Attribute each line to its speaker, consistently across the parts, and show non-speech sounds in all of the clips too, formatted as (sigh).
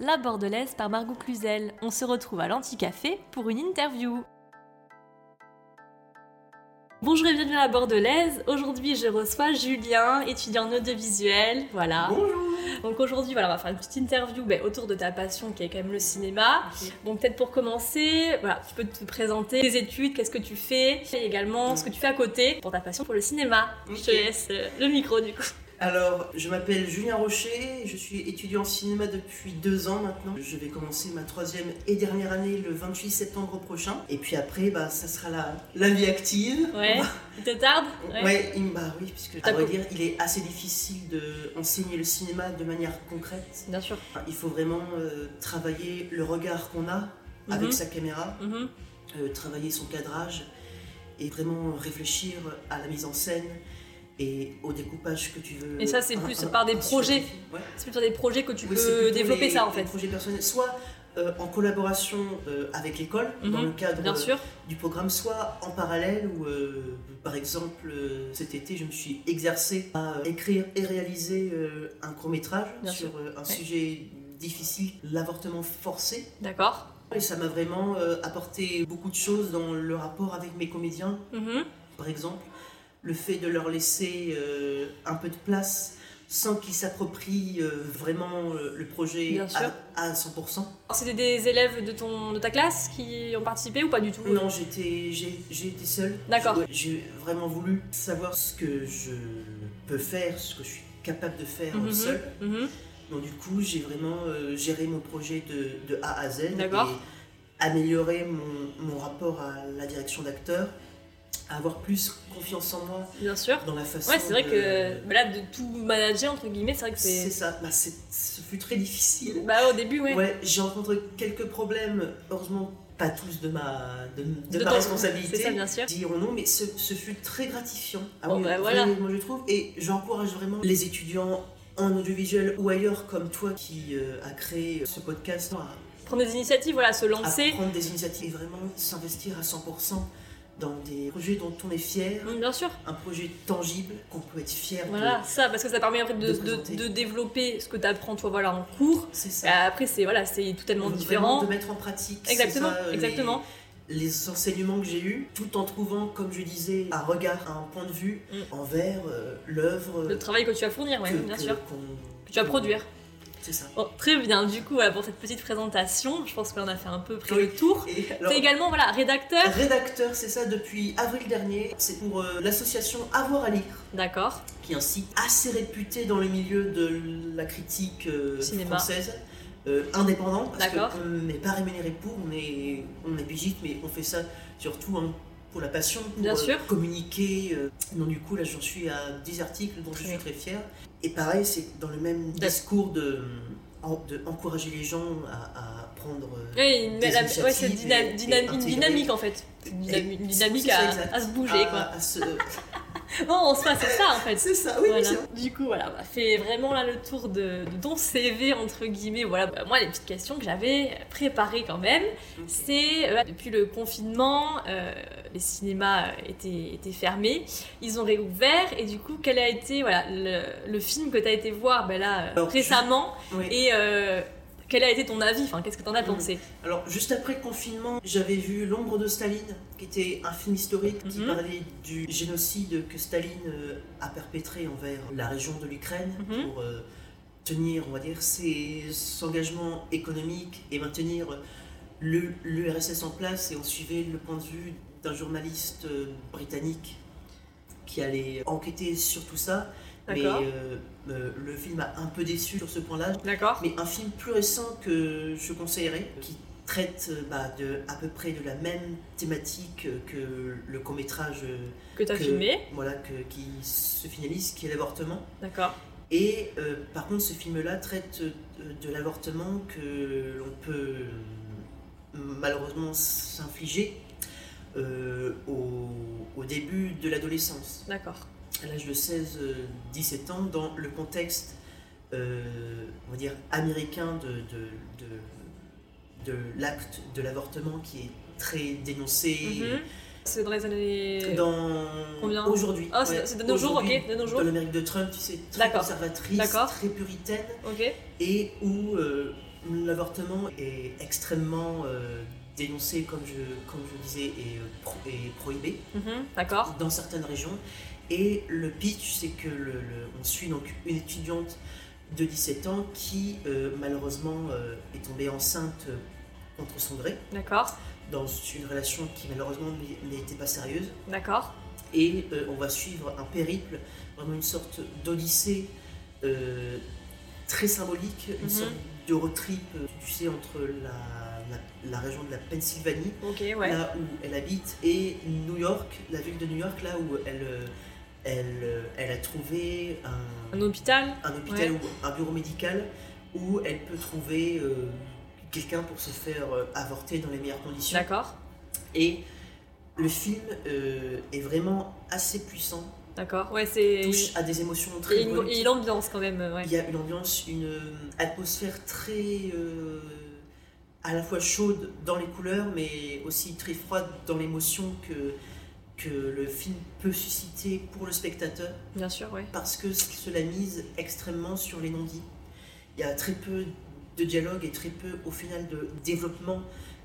Speaker 1: La Bordelaise par Margot Cluzel. On se retrouve à l'Anticafé pour une interview. Bonjour et bienvenue à la Bordelaise. Aujourd'hui, je reçois Julien, étudiant en audiovisuel. Voilà.
Speaker 2: Bonjour.
Speaker 1: Donc aujourd'hui, voilà, on va faire une petite interview ben, autour de ta passion qui est quand même le cinéma. Bon, peut-être pour commencer, voilà, tu peux te présenter tes études, qu'est-ce que tu fais, et également ce que tu fais à côté pour ta passion pour le cinéma. Je te
Speaker 2: Ok.
Speaker 1: laisse euh, le micro du coup.
Speaker 2: Alors, je m'appelle Julien Rocher, je suis étudiant en cinéma depuis deux ans maintenant. Je vais commencer ma troisième et dernière année le 28 septembre prochain. Et puis après, bah, ça sera la, la vie active. (laughs)
Speaker 1: Ouais, il te tarde
Speaker 2: Ouais, il- bah oui, puisque
Speaker 1: T'as
Speaker 2: à vrai
Speaker 1: com-
Speaker 2: dire, il est assez difficile de enseigner le cinéma de manière concrète.
Speaker 1: Bien sûr.
Speaker 2: Enfin, il faut vraiment euh, travailler le regard qu'on a avec
Speaker 1: Mhm.
Speaker 2: sa caméra,
Speaker 1: Mhm.
Speaker 2: euh, travailler son cadrage et vraiment réfléchir à la mise en scène et au découpage que tu veux.
Speaker 1: Et ça, c'est
Speaker 2: un-
Speaker 1: plus
Speaker 2: un-
Speaker 1: par des
Speaker 2: un-
Speaker 1: projets.
Speaker 2: Ouais.
Speaker 1: C'est plutôt des projets que tu
Speaker 2: Oui, c'est
Speaker 1: peux
Speaker 2: plutôt
Speaker 1: développer
Speaker 2: les-
Speaker 1: ça en
Speaker 2: les
Speaker 1: fait.
Speaker 2: projets personnels, soit euh, en collaboration euh, avec l'école dans
Speaker 1: Mhm,
Speaker 2: le cadre
Speaker 1: Bien
Speaker 2: euh,
Speaker 1: sûr.
Speaker 2: du programme, soit en parallèle où, euh, par exemple, euh, cet été, je me suis exercé à euh, écrire et réaliser euh, un court métrage
Speaker 1: Bien
Speaker 2: sur euh, un
Speaker 1: Ouais.
Speaker 2: sujet difficile, l'avortement forcé.
Speaker 1: D'accord.
Speaker 2: Et ça m'a vraiment euh, apporté beaucoup de choses dans le rapport avec mes comédiens,
Speaker 1: Mhm.
Speaker 2: par exemple, le fait de leur laisser euh, un peu de place sans qu'ils s'approprient euh, vraiment euh, le projet
Speaker 1: Bien sûr.
Speaker 2: à, à 100%.
Speaker 1: Alors, C'était des élèves de, ton, de ta classe qui ont participé ou pas du tout
Speaker 2: Non, j'étais, j'ai, j'ai été seule.
Speaker 1: D'accord.
Speaker 2: Ouais, J'ai vraiment voulu savoir ce que je peux faire, ce que je suis capable de faire
Speaker 1: Mhm.
Speaker 2: seule.
Speaker 1: Mhm.
Speaker 2: Donc du coup, j'ai vraiment euh, géré mon projet de, de A à Z.
Speaker 1: D'accord.
Speaker 2: Et amélioré mon, mon rapport à la direction d'acteur, à avoir plus confiance en moi
Speaker 1: Bien sûr.
Speaker 2: dans la façon.
Speaker 1: Ouais, c'est vrai
Speaker 2: de-
Speaker 1: que bah là, de tout manager, entre guillemets, c'est vrai que
Speaker 2: C'est
Speaker 1: c'est.
Speaker 2: ça, bah, c'est- ce fut très difficile.
Speaker 1: Bah, au début, ouais.
Speaker 2: Ouais, j'ai rencontré quelques problèmes, heureusement pas tous de ma, de, de
Speaker 1: De
Speaker 2: ma
Speaker 1: ton-
Speaker 2: responsabilité.
Speaker 1: C'est ça, bien sûr.
Speaker 2: diront non, mais ce, ce fut très gratifiant. Ah
Speaker 1: Bon,
Speaker 2: oui,
Speaker 1: bah,
Speaker 2: vraiment,
Speaker 1: voilà.
Speaker 2: moi je trouve. Et j'encourage vraiment les étudiants en audiovisuel ou ailleurs comme toi qui euh, a créé ce podcast à,
Speaker 1: Prendre des initiatives, voilà, se
Speaker 2: à
Speaker 1: lancer.
Speaker 2: prendre des initiatives et vraiment s'investir à 100% dans des projets dont on est fier,
Speaker 1: Mm, Bien sûr.
Speaker 2: un projet tangible qu'on peut être fier
Speaker 1: Voilà,
Speaker 2: de.
Speaker 1: ça, parce que ça permet après de,
Speaker 2: de
Speaker 1: de-
Speaker 2: présenter.
Speaker 1: de développer ce que tu apprends, toi, voilà, en cours.
Speaker 2: C'est
Speaker 1: Et
Speaker 2: ça.
Speaker 1: après, c'est voilà, c'est totalement
Speaker 2: Vraiment
Speaker 1: différent.
Speaker 2: De mettre en pratique. c'est
Speaker 1: Exactement,
Speaker 2: ça, euh, les-
Speaker 1: exactement.
Speaker 2: les enseignements que j'ai eus, tout en trouvant, comme je disais, un regard, un point de vue
Speaker 1: Mm.
Speaker 2: envers euh, l'œuvre
Speaker 1: Le travail que tu vas fournir, ouais,
Speaker 2: que-
Speaker 1: bien
Speaker 2: que-
Speaker 1: sûr.
Speaker 2: qu'on-
Speaker 1: Que tu vas produire.
Speaker 2: C'est ça.
Speaker 1: Bon, Oh, très bien, du coup, voilà, pour cette petite présentation, je pense qu'on a fait un peu près
Speaker 2: Oui.
Speaker 1: le tour.
Speaker 2: Et alors,
Speaker 1: T'es également, voilà, rédacteur.
Speaker 2: rédacteur, c'est ça, depuis avril dernier. C'est pour euh, l'association Avoir à lire,
Speaker 1: D'accord.
Speaker 2: qui est un site assez réputé dans le milieu de la critique euh,
Speaker 1: Cinéma.
Speaker 2: française. euh, indépendante, parce
Speaker 1: D'accord.
Speaker 2: qu'on n'est pas rémunéré pour, on est, on est pigiste, mais on fait ça surtout hein, pour la passion, pour euh,
Speaker 1: Bien sûr.
Speaker 2: communiquer. euh. Donc du coup, là, j'en suis à 10 articles dont
Speaker 1: Très
Speaker 2: je suis
Speaker 1: bien.
Speaker 2: très fier. Et pareil, c'est dans le même
Speaker 1: D'ac-
Speaker 2: discours de, en- de encourager les gens à, à prendre... euh,
Speaker 1: Oui,
Speaker 2: Des
Speaker 1: la- ouais, c'est
Speaker 2: initiatives
Speaker 1: dyna-
Speaker 2: et-
Speaker 1: dyna-
Speaker 2: et
Speaker 1: une
Speaker 2: intégrer.
Speaker 1: dynamique en fait. C'est Une
Speaker 2: Et-
Speaker 1: dynam- une
Speaker 2: c'est-
Speaker 1: dynamique
Speaker 2: c'est ça,
Speaker 1: à,
Speaker 2: exact.
Speaker 1: à se bouger
Speaker 2: à-
Speaker 1: quoi.
Speaker 2: à se- euh,
Speaker 1: Non, on se passe, c'est ça en fait.
Speaker 2: C'est ça, (laughs) oui, oui,
Speaker 1: Voilà.
Speaker 2: c'est
Speaker 1: Du coup, voilà, on a fait vraiment là le tour de, de ton CV entre guillemets. Voilà, Bah, moi les petites questions que j'avais préparées quand même, c'est euh, depuis le confinement, euh, les cinémas euh, étaient, étaient fermés, ils ont réouvert et du coup, quel a été voilà le, le film que tu as été voir ben là euh,
Speaker 2: Alors,
Speaker 1: récemment
Speaker 2: Oui.
Speaker 1: et euh, quel a été ton avis Enfin, qu'est-ce que t'en as pensé
Speaker 2: Alors, juste après le confinement, j'avais vu L'ombre de Staline, qui était un film historique qui
Speaker 1: Mhm.
Speaker 2: parlait du génocide que Staline euh, a perpétré envers la région de l'Ukraine
Speaker 1: Mhm.
Speaker 2: pour euh, tenir, on va dire, ses engagements économiques et maintenir euh, le- l'URSS en place. Et on suivait le point de vue d'un journaliste euh, britannique qui allait enquêter sur tout ça. Mais
Speaker 1: D'accord.
Speaker 2: euh, euh, le film a un peu déçu sur ce point-là.
Speaker 1: D'accord.
Speaker 2: Mais un film plus récent que je conseillerais, qui traite euh, bah, de, à peu près de la même thématique euh, que le court-métrage euh,
Speaker 1: Que t'as
Speaker 2: que-
Speaker 1: filmé
Speaker 2: voilà, que- qui se finalise, qui est l'avortement.
Speaker 1: D'accord.
Speaker 2: Et euh, par contre, ce film-là traite euh, de l'avortement que l'on peut euh, malheureusement s'infliger euh, au, au début de l'adolescence
Speaker 1: D'accord.
Speaker 2: à l'âge de 16-17 ans dans le contexte, euh, on va dire, américain de, de, de, de l'acte de l'avortement qui est très dénoncé
Speaker 1: Mhm. C'est dans les années.
Speaker 2: dans
Speaker 1: Combien
Speaker 2: aujourd'hui.
Speaker 1: Ah, c'est- c'est de nos jours,
Speaker 2: aujourd'hui,
Speaker 1: ok, de nos jours.
Speaker 2: Dans l'Amérique de Trump, tu sais, très
Speaker 1: D'accord.
Speaker 2: conservatrice,
Speaker 1: D'accord.
Speaker 2: très puritaine,
Speaker 1: Ok.
Speaker 2: et où euh, L'avortement est extrêmement euh, dénoncé, comme je, comme je disais, et, euh, pro- et prohibé
Speaker 1: Mhm, D'accord.
Speaker 2: dans certaines régions. Et le pitch, c'est que le, le- on suit donc une étudiante de 17 ans qui, euh, malheureusement, euh, est tombée enceinte euh, contre son gré,
Speaker 1: D'accord.
Speaker 2: dans une relation qui, malheureusement, n- n'était pas sérieuse.
Speaker 1: D'accord.
Speaker 2: Et euh, on va suivre un périple, vraiment une sorte d'odyssée euh, très symbolique, une
Speaker 1: Mhm.
Speaker 2: sorte de road trip, euh, tu sais, entre la, la- la région de la Pennsylvanie,
Speaker 1: Ok, ouais.
Speaker 2: là où elle habite, et New York, la ville de New York, là où elle, euh, elle, euh, elle a trouvé un,
Speaker 1: Un hôpital
Speaker 2: un hôpital ou un bureau médical où elle peut trouver euh, quelqu'un pour se faire euh, avorter dans les meilleures conditions.
Speaker 1: D'accord.
Speaker 2: Et le film euh, est vraiment assez puissant,
Speaker 1: D'accord. Ouais, c'est.
Speaker 2: touche à des émotions
Speaker 1: Il y a
Speaker 2: très
Speaker 1: une,
Speaker 2: volatiles.
Speaker 1: il y a une ambiance quand même, ouais.
Speaker 2: Il y a une ambiance, une euh, atmosphère très euh, à la fois chaude dans les couleurs, mais aussi très froide dans l'émotion que, que le film peut susciter pour le spectateur,
Speaker 1: Bien sûr, ouais.
Speaker 2: parce que cela mise extrêmement sur les non-dits. Il y a très peu de dialogue et très peu, au final, de développement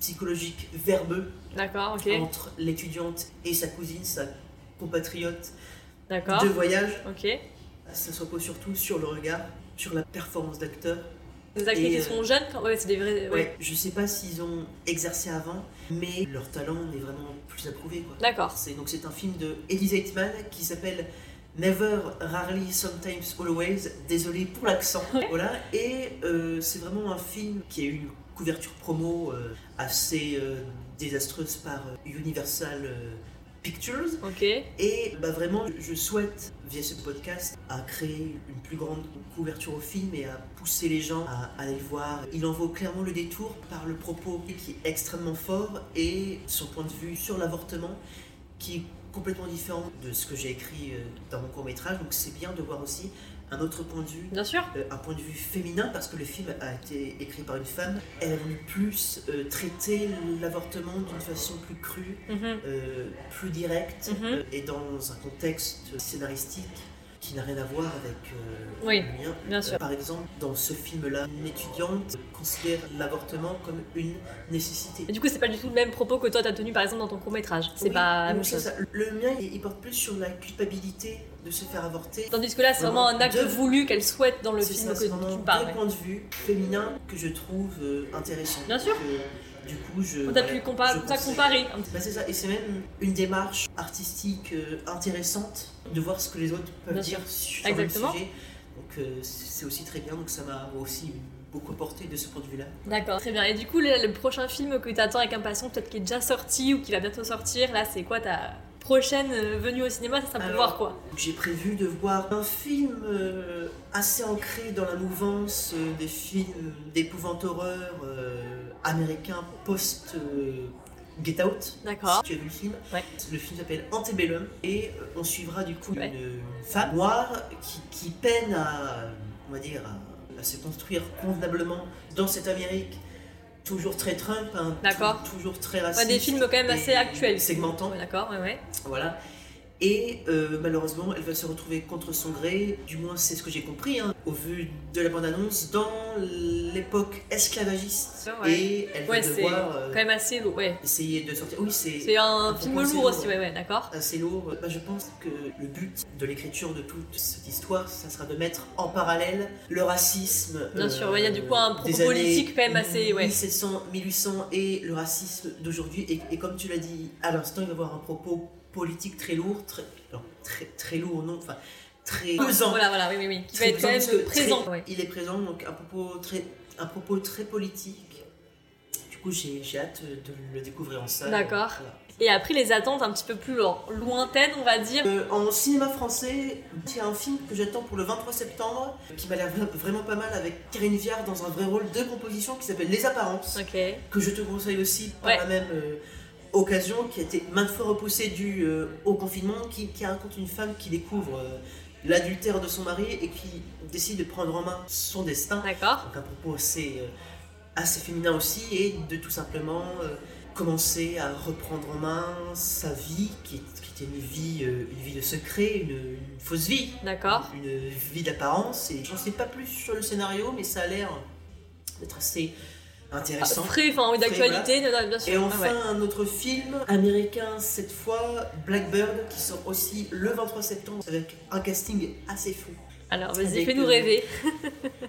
Speaker 2: psychologique verbeux
Speaker 1: D'accord, ok.
Speaker 2: entre l'étudiante et sa cousine, sa compatriote
Speaker 1: D'accord.
Speaker 2: de voyage.
Speaker 1: Ok.
Speaker 2: Ça se repose surtout sur le regard, sur la performance d'acteur.
Speaker 1: Des actrices
Speaker 2: Et,
Speaker 1: qui
Speaker 2: euh,
Speaker 1: sont jeunes, quand... ouais, c'est des vrais. ouais.
Speaker 2: Ouais, je sais pas s'ils ont exercé avant, mais leur talent est vraiment plus approuvé. Quoi.
Speaker 1: D'accord.
Speaker 2: C'est, donc c'est un film de Elisa Hitman qui s'appelle Never, Rarely, Sometimes, Always. Désolé pour l'accent. voilà. Et euh, c'est vraiment un film qui a eu une couverture promo euh, assez euh, désastreuse par euh, Universal euh, Pictures.
Speaker 1: Ok.
Speaker 2: Et bah vraiment, je souhaite, via ce podcast, à créer une plus grande couverture au film et à pousser les gens à aller le voir. Il en vaut clairement le détour par le propos qui est extrêmement fort et son point de vue sur l'avortement qui est complètement différent de ce que j'ai écrit euh, dans mon court métrage. Donc c'est bien de voir aussi un autre point de vue.
Speaker 1: Bien sûr.
Speaker 2: euh, Un point de vue féminin parce que le film a été écrit par une femme. Elle a voulu plus euh, traiter l'avortement d'une façon plus crue,
Speaker 1: Mhm.
Speaker 2: euh, plus direct
Speaker 1: Mhm.
Speaker 2: euh, et dans un contexte scénaristique qui n'a rien à voir avec euh,
Speaker 1: Oui,
Speaker 2: le mien.
Speaker 1: Bien
Speaker 2: Euh,
Speaker 1: sûr.
Speaker 2: par exemple, dans ce film-là, une étudiante considère l'avortement comme une nécessité.
Speaker 1: Et du coup, c'est pas du tout le même propos que toi t'as tenu par exemple dans ton court métrage. C'est
Speaker 2: Oui,
Speaker 1: pas la
Speaker 2: non,
Speaker 1: même
Speaker 2: c'est
Speaker 1: chose.
Speaker 2: ça. Le mien, il il porte plus sur la culpabilité de se faire avorter.
Speaker 1: Tandis que là, c'est vraiment un acte
Speaker 2: Deux-
Speaker 1: voulu qu'elle souhaite dans le
Speaker 2: C'est
Speaker 1: film
Speaker 2: ça, c'est
Speaker 1: que
Speaker 2: vraiment
Speaker 1: tu parles.
Speaker 2: deux
Speaker 1: ouais.
Speaker 2: points de vue féminins que je trouve euh, intéressants.
Speaker 1: Bien sûr.
Speaker 2: Que, du coup, je.
Speaker 1: On a
Speaker 2: voilà,
Speaker 1: pu compa-
Speaker 2: je
Speaker 1: on t'a
Speaker 2: conseille.
Speaker 1: comparé un petit
Speaker 2: Bah, c'est ça, et c'est même une démarche artistique euh, intéressante de voir ce que les autres peuvent
Speaker 1: Bien
Speaker 2: dire sur
Speaker 1: Exactement.
Speaker 2: le sujet. Donc euh, c'est aussi très bien, donc ça m'a aussi beaucoup apporté de ce point de vue-là.
Speaker 1: D'accord, très bien. Et du coup, le, le prochain film que tu attends avec impatience, peut-être qui est déjà sorti ou qui va bientôt sortir, là, c'est quoi ta prochaine euh, venue au cinéma Ça, ça peut
Speaker 2: Alors,
Speaker 1: voir quoi
Speaker 2: Donc, J'ai prévu de voir un film euh, assez ancré dans la mouvance euh, des films d'épouvante-horreur euh, américains post-Get Out.
Speaker 1: D'accord.
Speaker 2: Si tu as vu le film,
Speaker 1: Ouais.
Speaker 2: le film s'appelle Antebellum et euh, on suivra du coup
Speaker 1: Ouais.
Speaker 2: une femme noire qui, qui peine à, euh, on va dire, à, à se construire convenablement dans cette Amérique toujours très Trump, hein,
Speaker 1: D'accord.
Speaker 2: tou- toujours très raciste.
Speaker 1: Ouais, des films quand même
Speaker 2: et
Speaker 1: assez actuels.
Speaker 2: Segmentant,
Speaker 1: Ouais, D'accord, ouais, ouais.
Speaker 2: voilà. Et euh, malheureusement, elle va se retrouver contre son gré, du moins c'est ce que j'ai compris, hein, au vu de la bande-annonce, dans l'époque esclavagiste.
Speaker 1: Ouais.
Speaker 2: Et elle va
Speaker 1: Ouais, c'est
Speaker 2: devoir euh,
Speaker 1: quand même assez lourd. Ouais.
Speaker 2: essayer de sortir. Oui,
Speaker 1: C'est un
Speaker 2: propos
Speaker 1: film
Speaker 2: assez
Speaker 1: lourd
Speaker 2: lourd,
Speaker 1: aussi, ouais, ouais, d'accord.
Speaker 2: assez lourd. Bah, je pense que le but de l'écriture de toute cette histoire, ça sera de mettre en parallèle le racisme. euh,
Speaker 1: Bien sûr, ouais, il y a du coup un propos
Speaker 2: des années
Speaker 1: politique quand même assez, ouais.
Speaker 2: 1700, 1800 et le racisme d'aujourd'hui. Et, et comme tu l'as dit à l'instant, il va y avoir un propos politique très lourd, très, non, très, très lourd, non, enfin très pesant.
Speaker 1: Ah, Voilà, voilà, oui, oui, oui. Qui va
Speaker 2: Très
Speaker 1: être quand
Speaker 2: pesant, parce
Speaker 1: même
Speaker 2: que
Speaker 1: présent.
Speaker 2: très-
Speaker 1: ouais.
Speaker 2: Il est présent, donc un propos très, un propos très politique. Du coup, j'ai j'ai hâte de le découvrir en salle.
Speaker 1: D'accord.
Speaker 2: Voilà.
Speaker 1: Et après, les attentes un petit peu plus lo- lointaines, on va dire.
Speaker 2: Euh, en cinéma français, il y a un film que j'attends pour le 23 septembre qui m'a l'air vra- vraiment pas mal avec Karine Viard dans un vrai rôle de composition qui s'appelle Les Apparences,
Speaker 1: Ok.
Speaker 2: que je te conseille aussi par
Speaker 1: Ouais.
Speaker 2: la même euh, occasion, qui a été maintes fois repoussée due euh, au confinement, qui, qui raconte une femme qui découvre euh, l'adultère de son mari et qui décide de prendre en main son destin.
Speaker 1: D'accord.
Speaker 2: Donc un propos assez, euh, assez féminin aussi et de tout simplement euh, commencer à reprendre en main sa vie qui, est- qui était une vie, euh, une vie de secret, une, une fausse vie,
Speaker 1: D'accord.
Speaker 2: une vie d'apparence. Et j'en sais pas plus sur le scénario, mais ça a l'air d'être assez intéressant.
Speaker 1: Frais, enfin, oui,
Speaker 2: Frais,
Speaker 1: d'actualité, non, bien sûr.
Speaker 2: Et
Speaker 1: Ah
Speaker 2: enfin,
Speaker 1: ouais.
Speaker 2: un autre film américain, cette fois, Blackbird, qui sort aussi le 23 septembre avec un casting assez fou.
Speaker 1: Alors, vas-y,
Speaker 2: avec,
Speaker 1: fais-nous
Speaker 2: euh,
Speaker 1: rêver.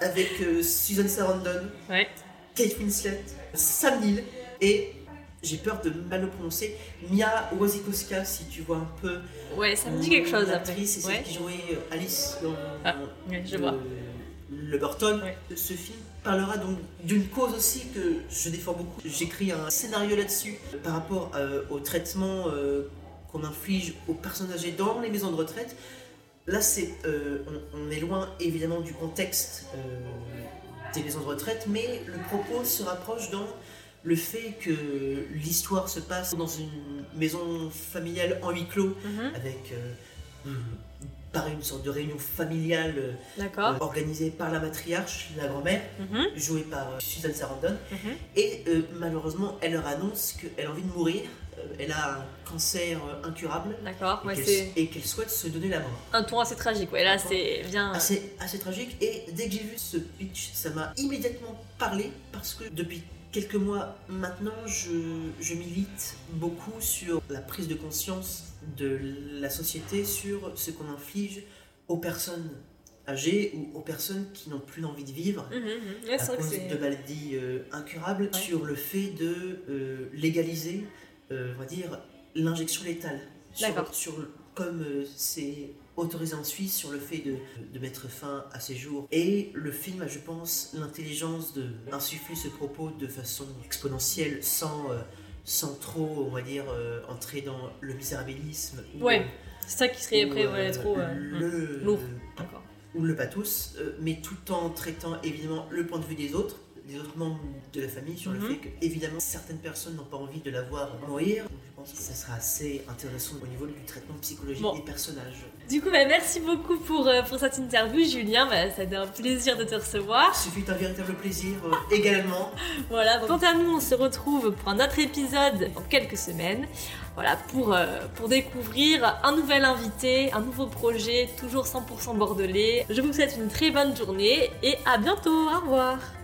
Speaker 2: Avec euh, Susan Sarandon,
Speaker 1: Ouais.
Speaker 2: Kate Winslet, Sam Neill et, j'ai peur de mal le prononcer, Mia Wasikowska, si tu vois un peu. euh,
Speaker 1: Ouais, ça me dit quelque chose après.
Speaker 2: L'actrice, c'est celle
Speaker 1: Ouais.
Speaker 2: qui jouait euh, Alice dans
Speaker 1: Ah, ouais, je
Speaker 2: le,
Speaker 1: vois.
Speaker 2: Euh, le Burton.
Speaker 1: Ouais.
Speaker 2: Ce film parlera donc d'une cause aussi que je défends beaucoup. J'écris un scénario là-dessus par rapport euh, au traitement euh, qu'on inflige aux personnes âgées dans les maisons de retraite. Là, c'est, euh, on, on est loin évidemment du contexte euh, des maisons de retraite, mais le propos se rapproche dans le fait que l'histoire se passe dans une maison familiale en huis clos
Speaker 1: Mhm,
Speaker 2: avec euh, par une sorte de réunion familiale euh,
Speaker 1: D'accord.
Speaker 2: organisée par la matriarche, la grand-mère,
Speaker 1: Mhm,
Speaker 2: jouée par euh, Susan Sarandon.
Speaker 1: mhm.
Speaker 2: Et euh, malheureusement, elle leur annonce qu'elle a envie de mourir, euh, elle a un cancer euh, incurable
Speaker 1: D'accord,
Speaker 2: et
Speaker 1: ouais,
Speaker 2: qu'elle-
Speaker 1: c'est
Speaker 2: et qu'elle souhaite se donner la mort.
Speaker 1: un ton assez tragique. Ouais, là,
Speaker 2: Un ton
Speaker 1: c'est bien.
Speaker 2: Assez, assez tragique. Et dès que j'ai vu ce pitch, ça m'a immédiatement parlé parce que depuis quelques mois maintenant, je, je milite beaucoup sur la prise de conscience de la société sur ce qu'on inflige aux personnes âgées ou aux personnes qui n'ont plus envie de vivre
Speaker 1: Mhm, mhm. Ouais,
Speaker 2: à
Speaker 1: c'est vrai que
Speaker 2: cause
Speaker 1: c'est.
Speaker 2: de maladies euh, incurables
Speaker 1: Ouais.
Speaker 2: sur le fait de euh, légaliser, euh, on va dire, l'injection létale. Sur-
Speaker 1: D'accord.
Speaker 2: sur le- comme euh, c'est autorisé en Suisse sur le fait de, de mettre fin à ces jours. Et le film a, je pense, l'intelligence de insuffler ce propos de façon exponentielle sans... euh, sans trop, on va dire, euh, entrer dans le misérabilisme. ou,
Speaker 1: Ouais,
Speaker 2: euh,
Speaker 1: C'est ça qui serait
Speaker 2: ou,
Speaker 1: après
Speaker 2: euh,
Speaker 1: ouais, trop. euh, mhm.
Speaker 2: le,
Speaker 1: lourd. D'accord.
Speaker 2: ou le pathos, euh, mais tout en traitant évidemment le point de vue des autres, des autres membres de la famille, sur le
Speaker 1: Mhm.
Speaker 2: fait que évidemment certaines personnes n'ont pas envie de la voir mourir. Donc, Je pense que ça sera assez intéressant au niveau du traitement psychologique
Speaker 1: Bon.
Speaker 2: des personnages.
Speaker 1: Du coup, bah, merci beaucoup pour, euh, pour cette interview, Julien. Bah, ça a été un plaisir de te recevoir.
Speaker 2: Ce fut un véritable plaisir euh, également.
Speaker 1: Voilà, quant à nous, on se retrouve pour un autre épisode dans quelques semaines. Voilà, pour, euh, pour découvrir un nouvel invité, un nouveau projet, toujours 100% bordelais. Je vous souhaite une très bonne journée et à bientôt. Au revoir.